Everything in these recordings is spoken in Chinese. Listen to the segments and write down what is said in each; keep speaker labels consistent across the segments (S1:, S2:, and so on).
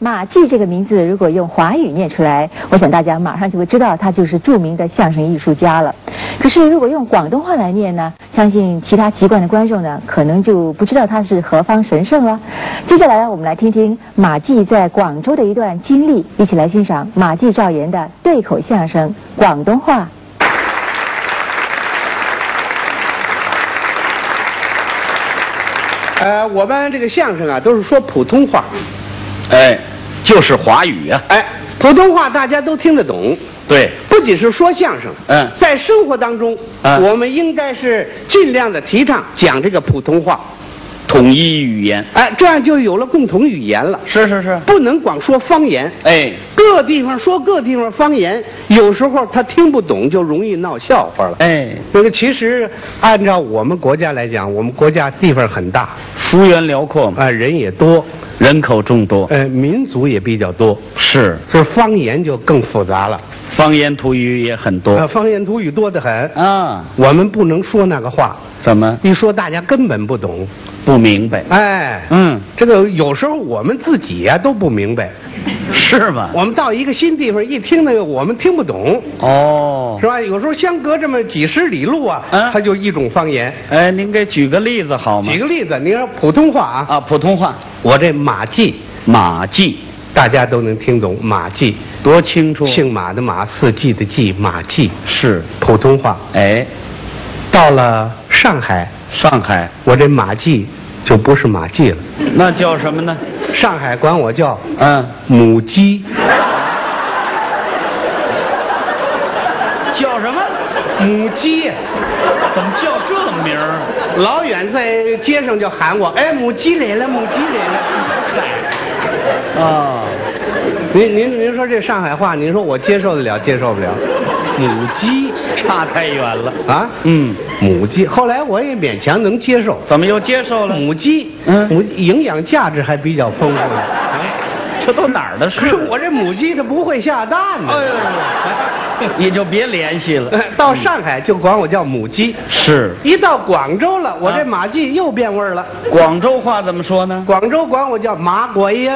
S1: 马季这个名字如果用华语念出来，我想大家马上就会知道他就是著名的相声艺术家了。可是如果用广东话来念呢，相信其他籍贯的观众呢，可能就不知道他是何方神圣了。接下来呢，我们来听听马季在广州的一段经历，一起来欣赏马季赵岩的对口相声《广东话》。
S2: 呃，我们这个相声啊，都是说普通话，
S3: 哎，就是华语啊。
S2: 哎，普通话大家都听得懂。
S3: 对，
S2: 不仅是说相声，
S3: 嗯
S2: 在生活当中，
S3: 嗯
S2: 我们应该是尽量的提倡讲这个普通话，
S3: 统一语言。
S2: 哎，这样就有了共同语言了，
S3: 是是是。
S2: 不能光说方言。
S3: 哎，
S2: 各地方说各地方方言，有时候他听不懂就容易闹笑话了。
S3: 哎，
S2: 那个其实按照我们国家来讲，我们国家地方很大，
S3: 幅员辽阔嘛，
S2: 啊、人也多，
S3: 人口众多。
S2: 呃，民族也比较多，
S3: 是，
S2: 这方言就更复杂了。
S3: 方言土语也很多
S2: 呃，。方言土语多得很，
S3: 啊，
S2: 我们不能说那个话，
S3: 怎么
S2: 一说大家根本不懂。
S3: 不明白？
S2: 哎，
S3: 嗯，
S2: 这个有时候我们自己呀、都不明白，
S3: 是吗？
S2: 我们到一个新地方一听那个我们听不懂，
S3: 哦
S2: 是，吧？有时候相隔这么几十里路啊，
S3: 嗯
S2: 它就一种方言。
S3: 哎，您给举个例子好吗？
S2: 举个例子，你看普通话啊，
S3: 啊，普通话，
S2: 我这马季，
S3: 马季
S2: 大家都能听懂。马季，
S3: 多清楚。
S2: 姓马的马，四季的季，马季，
S3: 是，
S2: 普通话。
S3: 哎，
S2: 到了上海，
S3: 上海
S2: 我这马季就不是马季了，
S3: 那叫什么呢？
S2: 上海管我叫
S3: 嗯，
S2: 母鸡，
S3: 叫什么？
S2: 母鸡。
S3: 怎么叫这名儿？
S2: 老远在街上就喊我，哎，母鸡来了，母鸡来了。
S3: 啊，
S2: 您您您说这上海话，您说我接受得了，接受不了
S3: 母鸡差太远了。
S2: 啊？
S3: 嗯，
S2: 母鸡，后来我也勉强能接受。
S3: 怎么又接受了？
S2: 母鸡，
S3: 嗯哎
S2: 母营养价值还比较丰富的。
S3: 这都哪儿的事
S2: 可是 我这哎母鸡它不会下蛋呢。
S3: 哎
S2: 哎
S3: 你就别联系了。
S2: 到上海就管我叫母鸡，
S3: 是
S2: 一到广州了，我这
S3: 啊
S2: 马季又变味儿了。
S3: 广州话怎么说呢？
S2: 广州管我叫马鬼呀，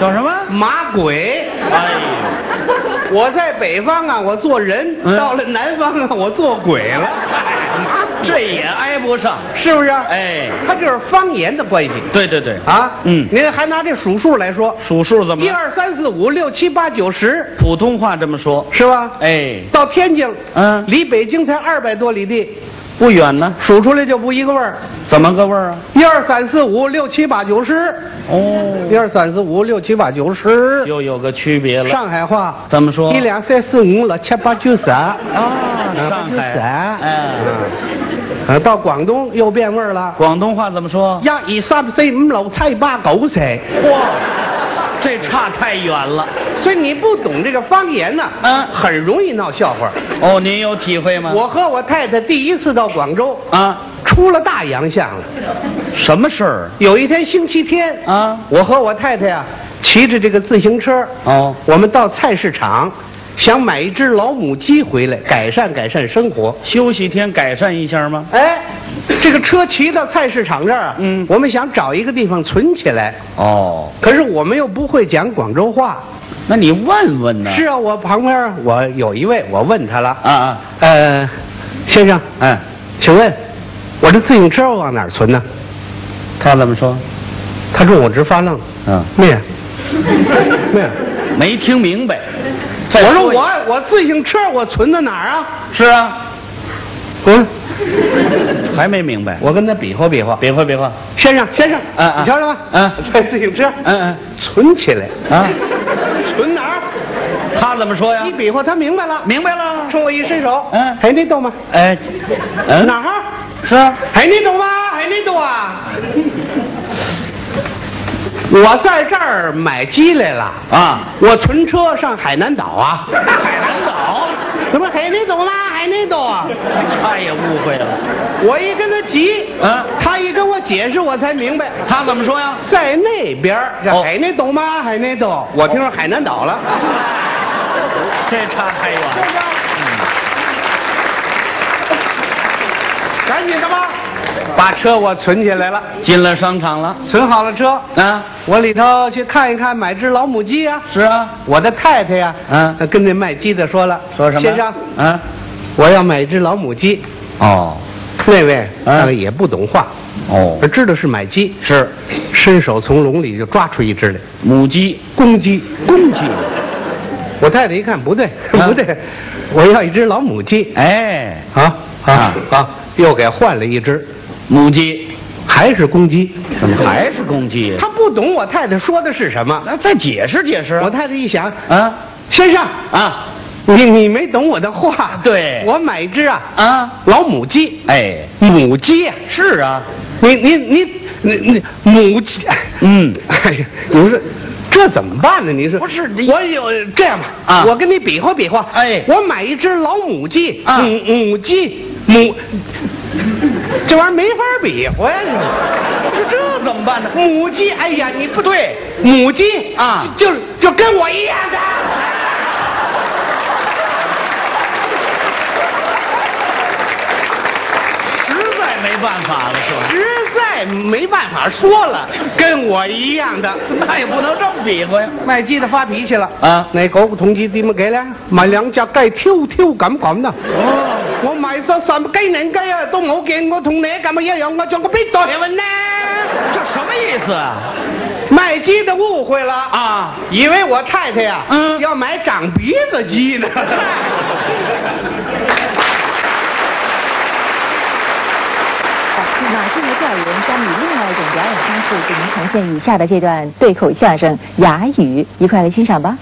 S3: 叫什么？
S2: 马鬼。
S3: 哎呀，
S2: 我在北方啊，我做人；
S3: 嗯
S2: 到了南方啊，我做鬼了。哎妈
S3: 这也挨不上。
S2: 是不是？
S3: 哎
S2: 它就是方言的关系
S3: 对对对，
S2: 啊。
S3: 嗯
S2: 您还拿这数数来说，
S3: 数数怎么
S2: 一？二三四五六七八九十，
S3: 普通话这么说。
S2: 是吧？
S3: 哎，
S2: 到天津，
S3: 嗯，
S2: 离北京才二百多里地，
S3: 不远呢，
S2: 数出来就不一个味儿。
S3: 怎么个味儿啊？
S2: 一二三四五六七八九十，一
S3: 哦，
S2: 二三四五六七八九十，
S3: 又有个区别了。
S2: 上海话
S3: 怎么说？
S2: 一两三四五六七八九十啊
S3: 啊，上海。哎，
S2: 呃，到广东又变味儿了。
S3: 广东话怎么说
S2: 一？二三四五六七八九十，
S3: 哇，这差太远了。
S2: 所以你不懂这个方言呢、
S3: 嗯
S2: 很容易闹笑话。
S3: 哦，您有体会吗？
S2: 我和我太太第一次到广州，
S3: 啊，
S2: 出了大洋相了。
S3: 什么事儿
S2: 有一天星期天，
S3: 啊？
S2: 我和我太太啊，骑着这个自行车，
S3: 哦，
S2: 我们到菜市场，想买一只老母鸡回来，改善改善生活。
S3: 休息天改善一下吗？
S2: 哎，这个车骑到菜市场这儿啊，
S3: 嗯
S2: 我们想找一个地方存起来，
S3: 哦，
S2: 可是我们又不会讲广州话。
S3: 那你问问呢？
S2: 是啊，我旁边我有一位，我问他了，
S3: 啊啊，
S2: 呃，先生，
S3: 哎，
S2: 请问我这自行车往哪儿存呢？
S3: 他怎么说？
S2: 他冲我直发愣，
S3: 嗯，
S2: 妹 儿，妹儿，
S3: 没听明白。再
S2: 我说
S3: 一
S2: 我我自行车我存在哪儿啊？
S3: 是啊，
S2: 嗯，
S3: 还没明白。
S2: 我跟他比划比划，
S3: 别会别会。
S2: 先生先生，
S3: 嗯嗯
S2: 你瞧瞧吧，
S3: 嗯
S2: 这自行车，
S3: 嗯
S2: 存起来，
S3: 嗯啊，
S2: 存哪儿？
S3: 他怎么说呀
S2: 一？比划，他明白了，
S3: 明白了。
S2: 冲我一伸手，
S3: 嗯
S2: 嘿，你懂吗？
S3: 哎，嗯，
S2: 哪儿？
S3: 是啊？
S2: 哎，你懂吗？哎，你懂 啊？我在这儿买鸡来了，
S3: 啊，
S2: 我存车上海南岛啊。
S3: 海南岛。
S2: 什么？哎，你懂吗？哎，你懂啊？
S3: 他也误会了。
S2: 我一跟他急，
S3: 啊
S2: 他一跟我解释，我才明白。
S3: 他怎么说呀？
S2: 在那边儿，这
S3: 哦
S2: 海南懂吗？海南懂，哦我听说海南岛 了。
S3: 这差太远了。
S2: 嗯赶紧的吧，把车我存起来了，
S3: 进了商场了
S2: 存好了车，
S3: 啊？
S2: 我里头去看一看，买只老母鸡啊。
S3: 是啊，
S2: 我的太太呀，
S3: 嗯
S2: 跟那卖鸡的说了，
S3: 说什么？
S2: 先生，
S3: 啊，
S2: 我要买一只老母鸡。
S3: 哦，
S2: 那位
S3: 嗯
S2: 呃也不懂话，
S3: 哦，
S2: 知道是买鸡，
S3: 是
S2: 伸手从笼里就抓出一只来，
S3: 母鸡，
S2: 公鸡，公鸡。我太太一看不对，
S3: 啊
S2: 不对，我要一只老母鸡。
S3: 哎，
S2: 啊啊
S3: 啊
S2: 啊！又给换了一只，
S3: 母鸡，
S2: 还是公鸡。
S3: 怎么还是公鸡？
S2: 他不懂我太太说的是什么。
S3: 那再解释解释啊。
S2: 我太太一想，
S3: 啊
S2: 先生，
S3: 啊
S2: 你你没懂我的话。
S3: 对
S2: 我买一只啊，
S3: 啊！
S2: 老母鸡，
S3: 哎，
S2: 母鸡呀、
S3: 是啊，
S2: 你你你你你母鸡，
S3: 嗯
S2: 哎呀，你说这怎么办呢？你说
S3: 不是你
S2: 我有这样吧，
S3: 啊
S2: 我跟你比划比划，
S3: 哎
S2: 我买一只老母鸡，
S3: 啊
S2: 母母鸡母，这玩意儿没法比划呀，你说这
S3: 这怎么办呢？
S2: 母鸡，哎呀，你不对，母鸡
S3: 啊
S2: 就就跟我一样的，
S3: 实在没办法了，是吧？
S2: 实在没办法说了，跟我一样的。
S3: 那也不能这么比划呀。
S2: 卖鸡的发脾气了
S3: 啊
S2: 那狗不同鸡怎么给了？买两架鸡跳跳咁咁呢？
S3: 哦，
S2: 我買咗十幾年雞啊，都冇見過同你咁嘅一樣，我仲個邊度嚟揾呢？
S3: 这什么意思啊？
S2: 啊賣雞的誤會了啊，
S3: 啊，
S2: 以為我太太呀、
S3: 嗯
S2: 要買長鼻子雞呢。
S1: 马俊的调研将以另外一种表演方式给您呈现以下的这段对口相声《哑语》，一块来欣赏吧。